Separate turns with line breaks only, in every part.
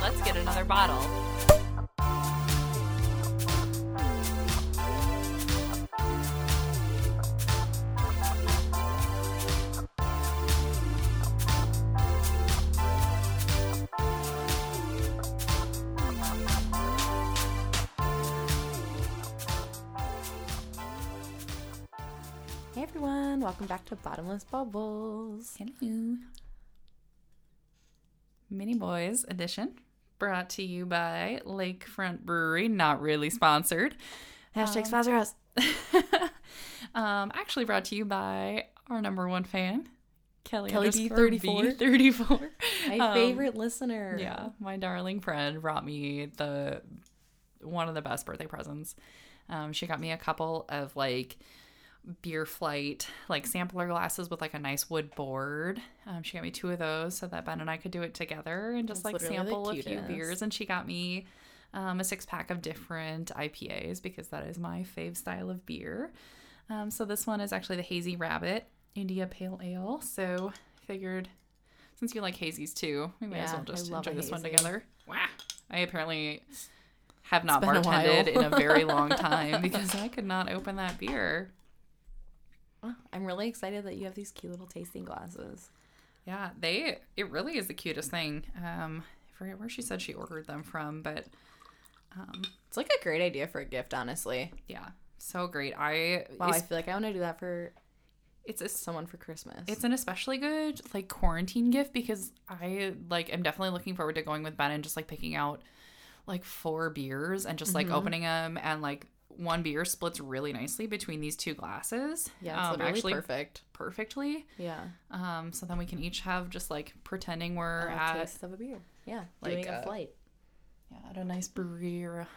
Let's get another bottle.
Hey everyone, welcome back to Bottomless Bubbles.
Hello. Mini Boys edition brought to you by Lakefront Brewery, not really sponsored.
Hashtag sponsor us.
um, actually brought to you by our number one fan, Kelly,
Kelly
underscore
B34.
B34.
My
Um,
favorite listener.
Yeah, my darling friend brought me the one of the best birthday presents. Um, she got me a couple of like beer flight like sampler glasses with like a nice wood board. Um, she got me two of those so that Ben and I could do it together and just
That's
like
literally the
sample a few
cutest.
beers. And she got me um, a six pack of different IPAs because that is my fave style of beer. Um, so this one is actually the Hazy Rabbit India Pale Ale. So figured since you like hazies too, we might as
Yeah,
well just
I love
enjoy
a
this one
hazy.
together. Wow. I apparently have not
been a while.
bartended in a very long time because I could not open that beer.
Oh, I'm really excited that you have these cute little tasting glasses.
Yeah, they it really is the cutest thing. Um I forget where she said she ordered them from, but
It's like a great idea for a gift, honestly.
yeah, so great. I,
Wow, I
it's,
feel like I want to do that for
it's a
someone for Christmas.
It's an especially good like quarantine gift because I like am definitely looking forward to going with Ben and just like picking out like four beers and just like
Mm-hmm.
opening them and like one beer splits really nicely between these two glasses.
yeah, it's
um,
literally
actually
perfect.
perfectly.
Yeah,
Um, so then we can each have just like pretending we're
a
at
taste of a beer. Yeah,
like,
doing a
uh,
flight.
yeah, at a nice brewery. Or a-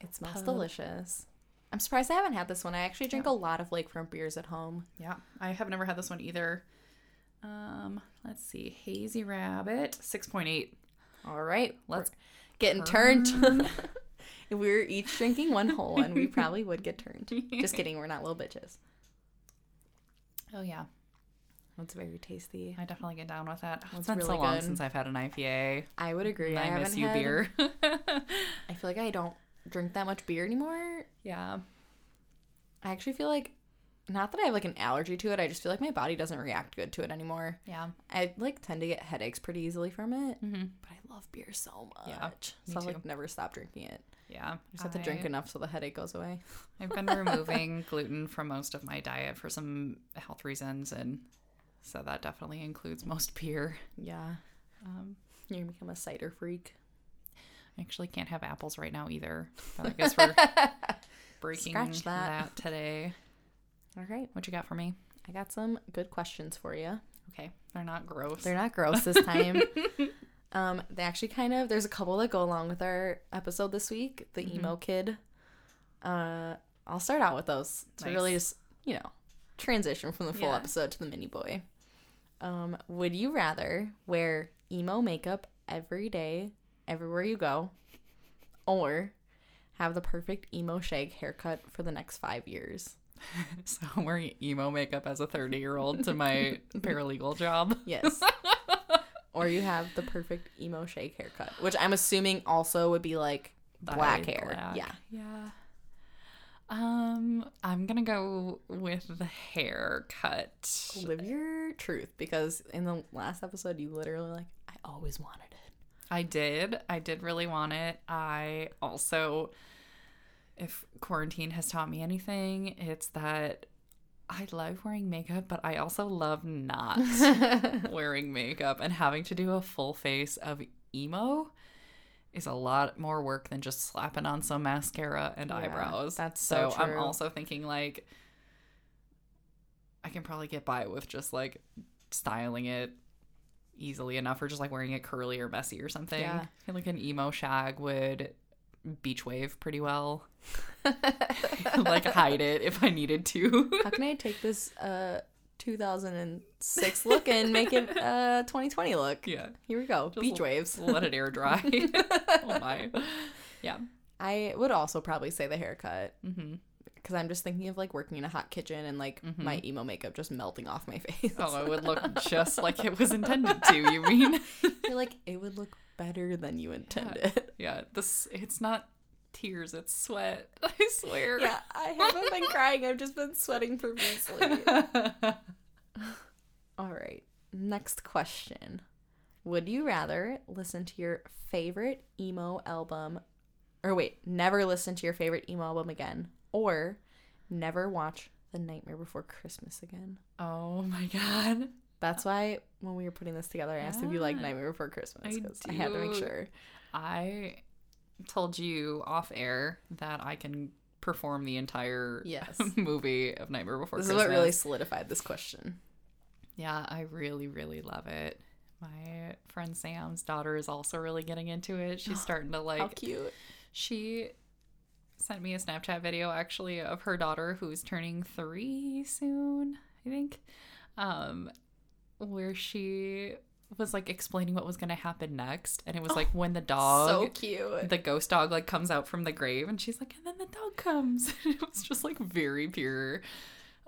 It smells
pub.
delicious. I'm surprised I haven't had this one. I actually drink a lot of lakefront beers at home.
Yeah, I have never had this one either. Um, let's see, Hazy Rabbit, six point eight.
All right,
Let's
getting turned. if we were each drinking one whole, and we probably would get turned. Just kidding, we're not little bitches.
oh yeah,
That's very tasty.
I definitely get down with that. Oh, it's
It's
been so
really
long
good.
since I've had an IPA.
I would agree.
And I, miss
haven't
you
had-
beer.
I feel like I don't drink that much beer anymore.
yeah.
I actually feel like, not that I have like an allergy to it. I just feel like my body doesn't react good to it anymore.
Yeah.
I like tend to get headaches pretty easily from it,
Mhm.
but I love beer so much.
Yeah, me
so I
too.
like never stop drinking it.
Yeah. I
Just have to drink enough so the headache goes away.
I've been removing gluten from most of my diet for some health reasons and so that definitely includes most beer.
Yeah,
Um
you're gonna become a cider freak.
I actually can't have apples right now either. But I guess we're breaking
Scratch that.
that today.
All right,
What you got for me?
I got some good questions for you.
Okay. They're not gross.
They're not gross this time. um, they actually kind of there's a couple that go along with our episode this week. The
Mm-hmm.
emo kid. Uh, I'll start out with those to
Nice.
really just you know transition from the full
Yeah.
episode to the mini boy. Um, would you rather wear emo makeup every day, everywhere you go, or have the perfect emo shag haircut for the next five years?
so I'm wearing emo makeup as a 30 year old to my paralegal job.
Yes. or you have the perfect emo shake haircut, which I'm assuming also would be like black
Dyed
hair.
black.
Yeah.
Yeah. Um, I'm gonna go with the haircut.
Live your truth because in the last episode you literally like I always wanted it.
I did. I did really want it. I also, if quarantine has taught me anything, it's that I love wearing makeup, but I also love not wearing makeup and having to do a full face of emo is a lot more work than just slapping on some mascara and
Yeah,
eyebrows.
that's so
I'm
true.
also thinking like I can probably get by with just like styling it easily enough or just like wearing it curly or messy or something.
Yeah.
I feel like an emo shag would beach wave pretty well. like hide it if I needed to.
How can I take this uh 2006 look and make it uh 2020 look?
yeah.
Here we go. Beach
l-
waves.
Let it air dry. oh my. Yeah.
I would also probably say the haircut
hmm
because because I'm just thinking of like working in a hot kitchen and like my emo makeup just melting off my face.
Oh, it would look just like it was intended to, you mean?
I feel like it would look better than you intended.
yeah, this it's not tears, it's sweat. I swear.
Yeah, I haven't been crying. I've just been sweating profusely. All right. Next question. Would you rather listen to your favorite emo album or wait, never listen to your favorite emo album again or never watch The Nightmare Before Christmas again?
oh my god.
That's why when we were putting this together, I asked if you like
Yeah.
Nightmare Before Christmas
I
because I, had to make
do.
sure.
I told you off air that I can perform the entire
Yes.
movie of Nightmare Before
This is
Christmas.
what really solidified this question.
Yeah, I really, really love it. My friend Sam's daughter is also really getting into it. She's starting to
How
like
cute.
she sent me a Snapchat video actually of her daughter who's turning three soon, I think. Um, where she was like explaining what was gonna happen next, and it was like when the
So
dog
cute.
the ghost dog like comes out from the grave and she's like, and then the dog comes. it was just like very pure.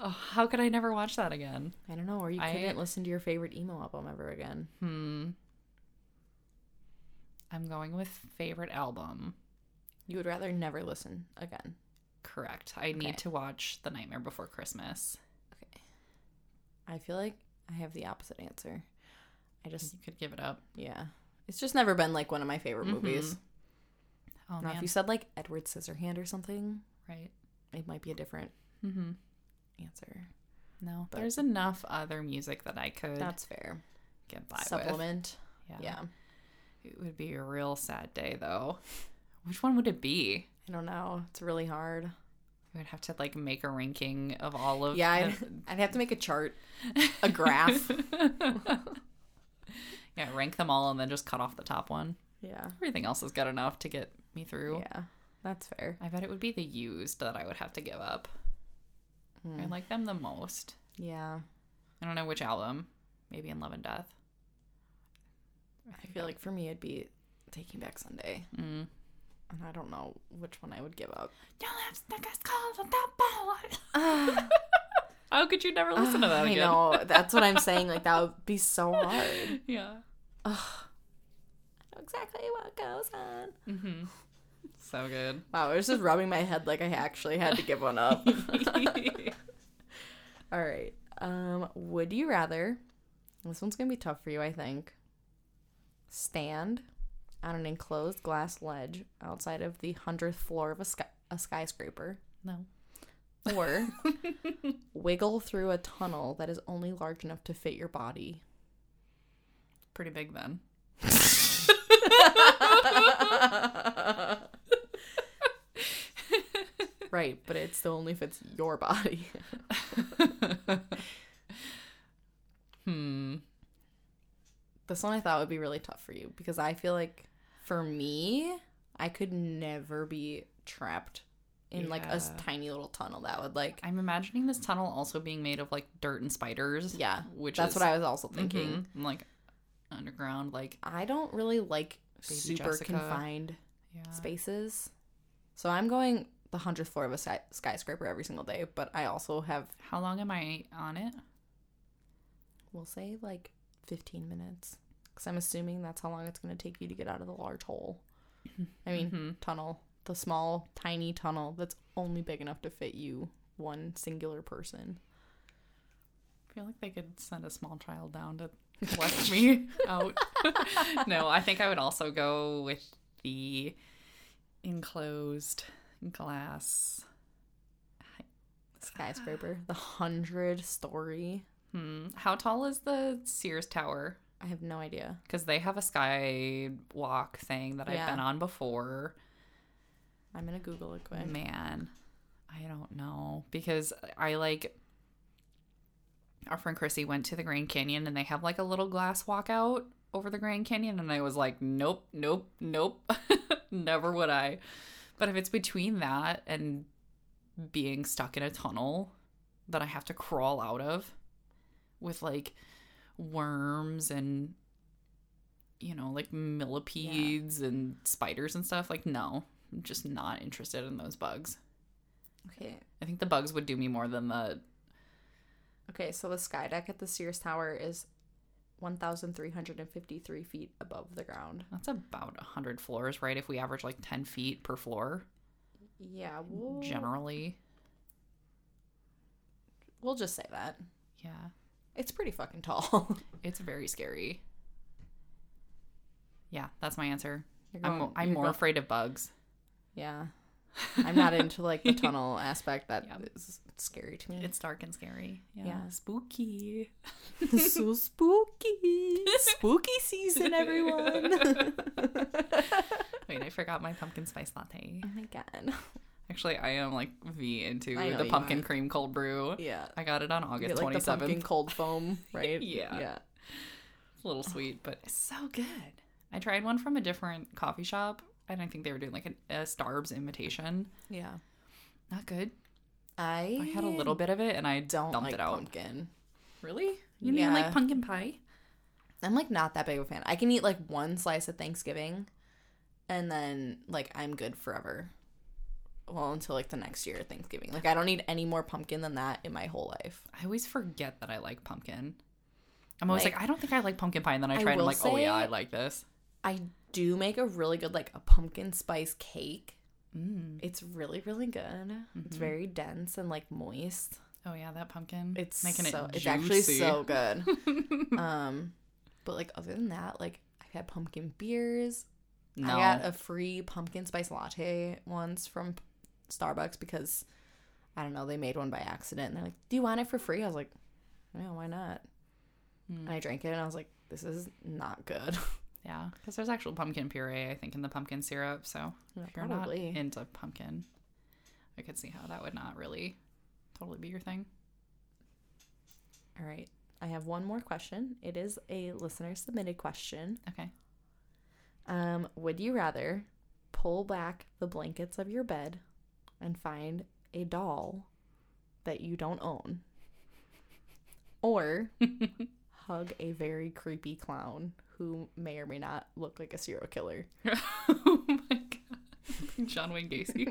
Oh, how could I never watch that again?
I don't know, or you
I-
couldn't listen to your favorite emo album ever again.
Hmm. I'm going with favorite album.
You would rather never listen again.
Correct. I
Okay.
need to watch The Nightmare Before Christmas.
I feel like I have the opposite answer. I just,
You could give it up.
yeah. It's just never been like one of my favorite movies.
Mm-hmm. Oh
Now, if
man,
you said like Edward Scissorhand or something,
right?
it might be a different
Mm-hmm.
answer.
No,
But-
there's enough other music that I could
That's fair.
get by
Supplement.
with.
Yeah.
it would be a real sad day though. Which one would it be?
I don't know. It's really hard.
We would have to like make a ranking of all of.
Yeah, I'd, I'd have to make a chart, a graph.
yeah, rank them all and then just cut off the top one.
yeah.
Everything else is good enough to get me through.
Yeah. That's fair.
I bet it would be the used that I would have to give up. I
Mm.
like them the most.
Yeah.
I don't know which album. Maybe in Love and Death.
I feel like for me, it'd be Taking Back Sunday.
Mm.
And I don't know which one I would give up.
How Oh, could you never listen to that
I
again?
know. That's what I'm saying. Like that would be so hard.
Yeah.
exactly what goes on.
hmm So good.
Wow, I was just rubbing my head like I actually had to give one up. All right. Um, would you rather? This one's gonna be tough for you, I think. Stand on an enclosed glass ledge outside of the hundredth floor of a, sky- a skyscraper,
no.
or wiggle through a tunnel that is only large enough to fit your body.
Pretty big then.
Right, but it still only fits your body.
Hmm.
This one I thought would be really tough for you because I feel like for me, I could never be trapped in like a s-
Yeah.
tiny little tunnel that would like
I'm imagining this tunnel also being made of like dirt and spiders.
yeah.
Which
That's
is,
what I was also thinking.
Mhm. And, like underground, like
I don't really like
Baby
super
Jessica. Uh.
confined
yeah.
spaces. So I'm going the 100th floor of a sky- skyscraper every single day, but I also have
How long am I on it?
we'll say like 15 minutes because i'm assuming that's how long it's going to take you to get out of the large hole i mean
Mm-hmm.
tunnel the small tiny tunnel that's only big enough to fit you one singular person
I feel like they could send a small child down to flush me out. no, I think I would also go with the enclosed glass.
skyscraper the hundred story
Hmm. How tall is the Sears Tower?
i have no idea
Because they have a skywalk thing that
Yeah.
I've been on before.
i'm gonna google it quick
Man, I don't know because I like our friend Chrissy went to the Grand Canyon and they have like a little glass walkout over the Grand Canyon and I was like, nope, nope, nope, never would I. But if it's between that and being stuck in a tunnel that I have to crawl out of with like worms and you know like millipedes and spiders and stuff like no i'm just not interested in those bugs
Okay.
I think the bugs would do me more than the.
Okay, so the sky deck at the Sears Tower is 1,353 feet above the ground.
That's about 100 floors, right? If we average like 10 feet per floor,
Yeah, we'll,
generally.
we'll just say that.
Yeah.
It's pretty fucking tall.
It's very scary. Yeah, that's my answer.
You're
I'm,
going-
I'm
you're
more
go-
afraid of bugs.
Yeah. I'm not into like the tunnel aspect. That is
Yeah.
scary to me.
It's dark and scary. Yeah.
Yeah.
Spooky.
It's so spooky. Spooky season, everyone.
Wait, I forgot my pumpkin spice latte.
oh my god.
Actually, I am like V into
I know
the
you
pumpkin
are.
cream cold brew.
Yeah.
I got it on August
Get like the
27th.
pumpkin cold foam, right?
Yeah.
Yeah.
It's a little sweet, but it's so good. I tried one from a different coffee shop, and I think they were doing like an, a Starbucks invitation.
Yeah.
Not good.
I,
I had a little bit of it, and I
don't
dumped
like
it out.
pumpkin.
Really? You
You
mean
didn't like
like pumpkin pie?
I'm like not that big of a fan. I can eat like one slice at Thanksgiving and then like I'm good forever. Well, until like the next year at Thanksgiving. Like I don't need any more pumpkin than that in my whole life.
I always forget that I like pumpkin. I'm always like,
Like-
I don't think I like pumpkin pie, and then I try and I'm
will
like, oh yeah,
say-
I like this.
I do make a really good like a pumpkin spice cake.
Mm.
It's really really good. It's
Mm-hmm.
very dense and like moist.
Oh yeah, that pumpkin.
It's
making
so
it.
it's actually
juicy.
so good. um but like other than that, like I've had pumpkin beers.
No.
I got a free pumpkin spice latte once from Starbucks because I don't know, they made one by accident and they're like, Do you want it for free? I was like, No, why not?
Hmm.
And I drank it and I was like, This is not good.
yeah, because there's actual pumpkin puree, I think, in the pumpkin syrup. So
Yeah,
if you're
probably.
not into pumpkin, I could see how that would not really totally be your thing.
All right. I have one more question. It is a listener submitted question.
Okay.
Um, would you rather pull back the blankets of your bed and find a doll that you don't own? Or hug a very creepy clown who may or may not look like a serial killer?
oh my god. John Wayne Gacy.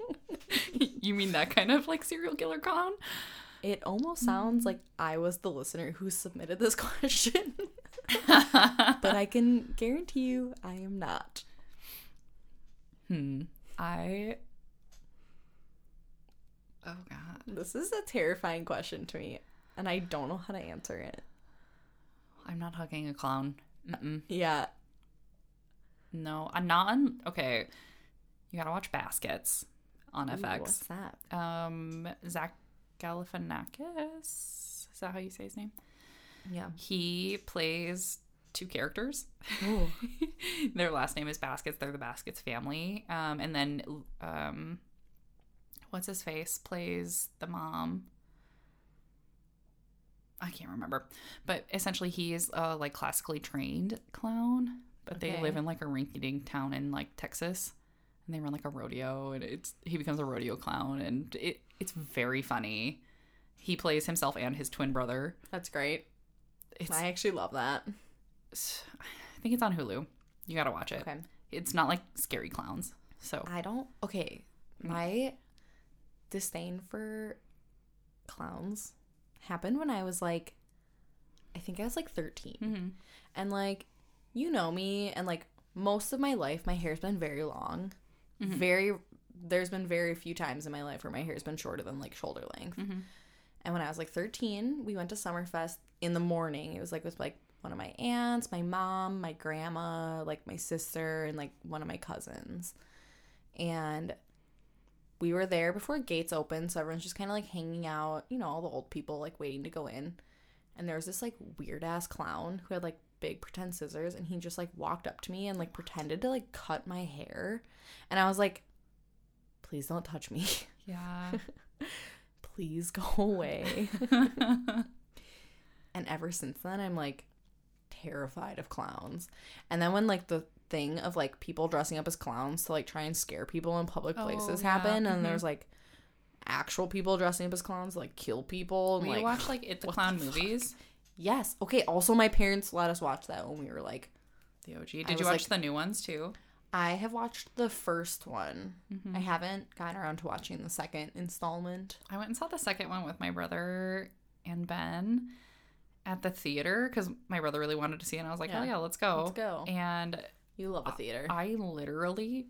you mean that kind of like serial killer clown?
It almost sounds like I was the listener who submitted this question, but I can guarantee you I am not.
Hmm. I. Oh god.
This is a terrifying question to me, and I don't know how to answer it.
I'm not hugging a clown. Mm-mm.
Yeah.
No, I'm not. On... Okay. You gotta watch Baskets on
Ooh,
FX.
what's that?
Um, Zach Galifianakis. Is that how you say his name?
Yeah.
He plays two characters.
Ooh.
Their last name is Baskets. They're the Baskets family. Um, and then um, what's his face plays the mom. I can't remember, but essentially he is a like classically trained clown. But they
Okay.
live in like a rinky-dink town in like Texas, and they run like a rodeo, and it's he becomes a rodeo clown, and it it's very funny. He plays himself and his twin brother.
That's great.
It's
I actually love that.
I think it's on Hulu. You gotta watch it.
Okay.
It's not like scary clowns. So
I don't. Okay. My disdain for clowns happened when I was like, I think I was like 13.
Mhm.
And like, you know me, and like most of my life, my hair's been very long. Very, there's been very few times in my life where my hair's been shorter than like shoulder length. And when I was like 13, we went to Summerfest in the morning. It was like with like one of my aunts, my mom, my grandma, like my sister, and like one of my cousins. And we were there before gates opened, so everyone's just kind of like hanging out, you know, all the old people like waiting to go in. And there was this like weird ass clown who had like big pretend scissors and he just like walked up to me and like pretended to like cut my hair. And I was like, please don't touch me.
yeah.
please go away. and ever since then i'm like terrified of clowns and then when like the thing of like people dressing up as clowns to like try and scare people in public
Oh,
places
yeah.
happen and there's like actual people dressing up as clowns to, like kill people and
we
like
watch like it the
what
clown
the fuck?
movies.
yes okay also my parents let us watch that when we were like
The OG. Did
I
you
was
watch
like-
the new ones too?
I have watched the first one.
Mm-hmm.
I haven't gotten around to watching the second installment.
I went and saw the second one with my brother and Ben at the theater because my brother really wanted to see it. And I was like,
Yeah.
oh, yeah, let's go.
Let's go.
And
You love a theater.
I literally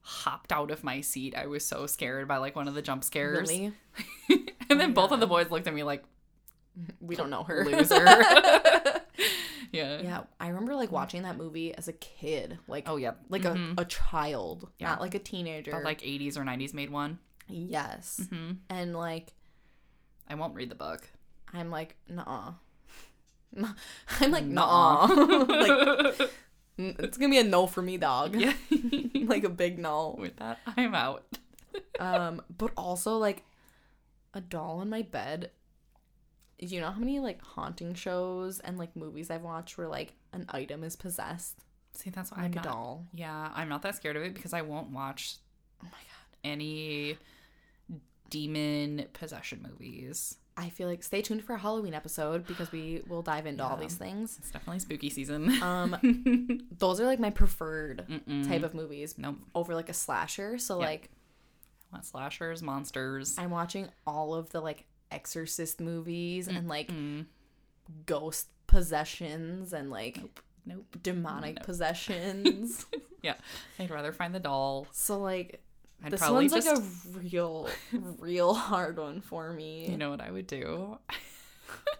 hopped out of my seat. I was so scared by like one of the jump scares.
really?
and then both of the boys looked at me like,
We don't know her.
loser. yeah.
yeah, I remember like watching that movie as a kid. Like
Oh, yeah.
like a, a child,
Yeah.
not like a teenager.
But, like 80s or 90s made one.
yes.
Hmm.
And like
I won't read the book.
I'm like, nah. I'm like, nah. like "Mm, it's gonna be a no for me, dog.
yeah.
like a big no.
With that, I'm out.
Um, but also like a doll in my bed. You know how many like haunting shows and like movies I've watched where like an item is possessed,
See, that's why
like
I'm
a
not.
doll.
Yeah, I'm not that scared of it because I won't watch
Oh my god!
any demon possession movies.
I feel like stay tuned for a Halloween episode because we will dive into all
Yeah.
these things.
It's definitely spooky season.
Um, those are like my preferred
Mm-mm.
type of movies
Nope.
over like a slasher. So
Mm-hmm. Yeah.
like
I want slashers, monsters.
I'm watching all of the like Exorcist movies and like
Mm.
ghost possessions and like
Nope.
demonic
No.
possessions.
Yeah. I'd rather find the doll.
so like
I'd
this
probably
one's
just
like a real, real hard one for me.
You know what I would do?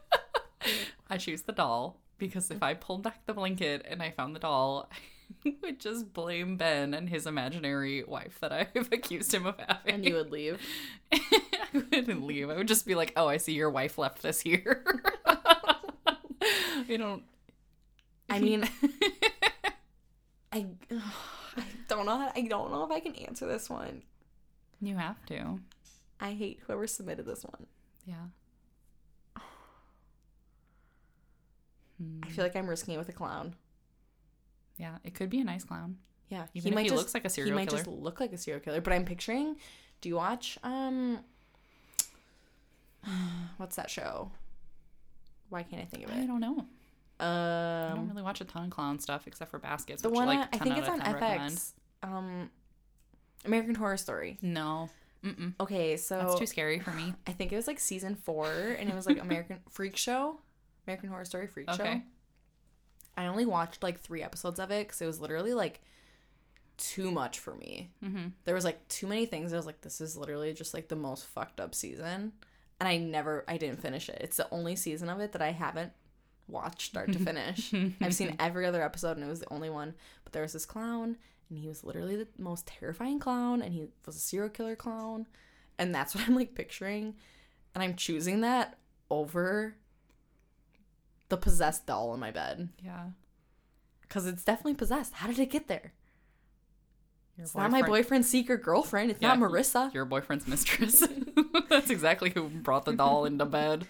I choose the doll because if I pulled back the blanket and I found the doll, I would just blame Ben and his imaginary wife that I've accused him of having.
and you would leave.
I wouldn't leave. I would just be like, "Oh, I see your wife left this here." you don't.
I mean, I, I don't know. How, I don't know if I can answer this one.
You have to.
I hate whoever submitted this one.
Yeah.
I
Mm.
feel like I'm risking it with a clown.
Yeah. It could be a nice clown.
Yeah,
Even if he looks like a serial
He might
killer.
just look like a serial killer. But I'm picturing. Do you watch um? What's that show? Why can't I think of
I
it?
don't know. I don't
Um,
really watch a ton of clown stuff except for baskets.
the
which
one
like
on- I
10
think
out
it's
of
on
10
FX.
recommend.
Um, American Horror Story.
No, Mm-mm.
Okay, so
that's too scary for me.
I think it was like season four, and it was like American Freak Show, American Horror Story Freak Show.
Okay.
I only watched like three episodes of it because it was literally like too much for me.
Mm-hmm.
There was like too many things. I was like, this is literally just like the most fucked up season, and I never, I didn't finish it. It's the only season of it that I haven't watched start to finish. I've seen every other episode, and it was the only one. But there was this clown, and he was literally the most terrifying clown, and he was a serial killer clown, and that's what I'm like picturing, and I'm choosing that over the possessed doll in my bed
Yeah,
because it's definitely possessed. How did it get there?
your
It's not my boyfriend's secret girlfriend. It's
Yeah,
not Marissa.
Your boyfriend's mistress. that's exactly who brought the doll into bed.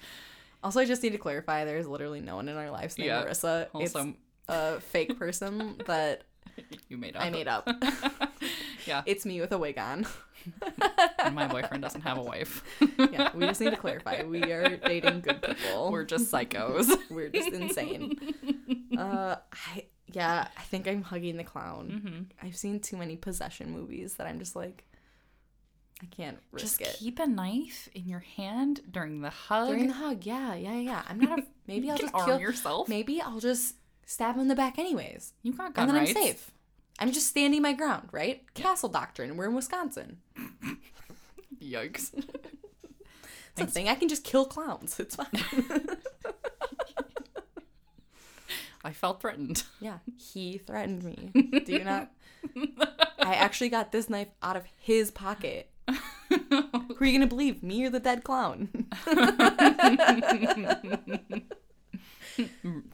Also, I just need to clarify: there's literally no one in our lives named
Yeah.
Marissa.
Also,
it's a fake person that
you made up.
I made up.
yeah,
It's me with a wig on.
and my boyfriend doesn't have a wife.
Yeah, we just need to clarify. We are dating good people.
We're just psychos.
We're just insane. Uh, I yeah, I think I'm hugging the clown.
mm-hmm.
I've seen too many possession movies that I'm just like, I can't
Just
risk it.
keep a knife in your hand during the hug.
During the hug, yeah, yeah, yeah. I'm not. A, maybe
you
I'll
can
just
arm
kill.
yourself.
Maybe I'll just stab him in the back anyways.
you got gun
and then
rights.
I'm safe. I'm just standing my ground, right? Castle Doctrine. We're in Wisconsin.
Yikes.
It's a thing. I can just kill clowns. It's fine.
I felt threatened.
yeah, he threatened me. Do you not? I actually got this knife out of his pocket. Who are you gonna believe, me or the dead clown?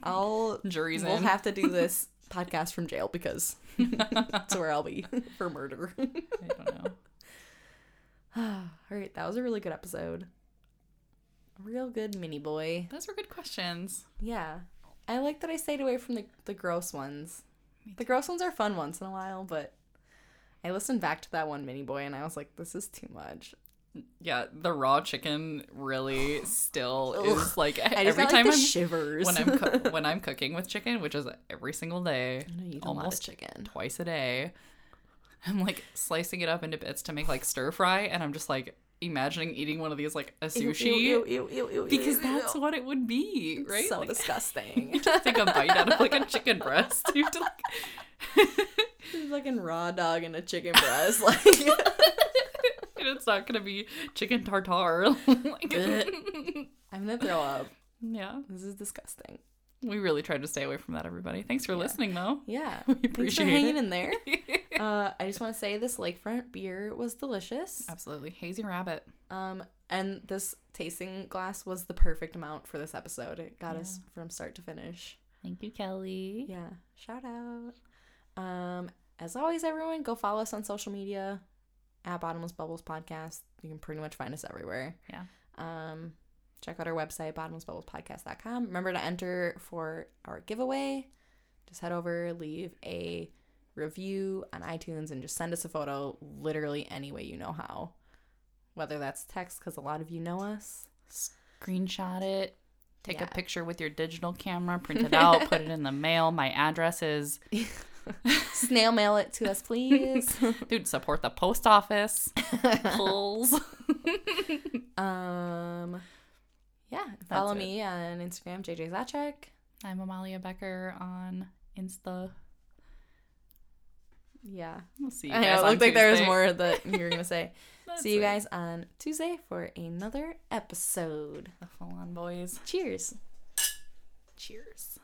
I'll.
Jury's
We'll
in.
have to do this podcast from jail because that's where I'll be for murder.
I don't know.
All right, that was a really good episode. Real good mini boy.
Those were good questions.
Yeah. I like that I stayed away from the, the gross ones. The gross ones are fun once in a while, but I listened back to that one mini boy and I was like, this is too much.
Yeah, the raw chicken really still is like e-
I
every
just got like,
time
the
I'm
shivers.
when I'm coo- when I'm cooking with chicken, which is every single day,
I know you eat a lot of
almost
chicken.
twice a day. I'm like slicing it up into bits to make like stir fry, and I'm just like imagining eating one of these like a
Ew,
sushi
ew, ew, ew, ew, ew,
because
ew,
that's
ew.
what it would be, right?
so
Like,
disgusting.
to take a bite out of like a chicken breast. You have to like,
There's like a raw dog and a chicken breast. Like,
and it's not gonna be chicken tartare. like,
I'm gonna throw up.
yeah,
This is disgusting.
we really tried to stay away from that. Everybody, thanks for
Yeah.
listening, though.
Yeah.
We
Thanks for
appreciate
hanging
it.
in there. Uh, I just want to say this lakefront beer was delicious.
Absolutely, hazy rabbit.
Um, and this tasting glass was the perfect amount for this episode. It got us from start to finish.
Thank you, Kelly.
Yeah. Shout out. Um, as always, everyone, go follow us on social media at Bottomless Bubbles Podcast. You can pretty much find us everywhere.
Yeah.
Um, check out our website, bottomlessbubblespodcast.com. Remember to enter for our giveaway. Just head over, leave a review on iTunes, and just send us a photo literally any way you know how. Whether that's text, because a lot of you know us.
Screenshot it. Take
Yeah.
a picture with your digital camera, print it out, put it in the mail. My address is
Snail mail it to us, please.
dude, support the post office. Pulls.
Um, yeah. follow
it.
me on Instagram, JJ Zaczek.
I'm Amalia Becker on Insta.
Yeah.
We'll see. You
I
guys
know, it
on
looked like there was
Tuesday.
more that you were going to say.
That's
See you
it.
guys on Tuesday for another episode.
The full on boys.
Cheers.
Cheers.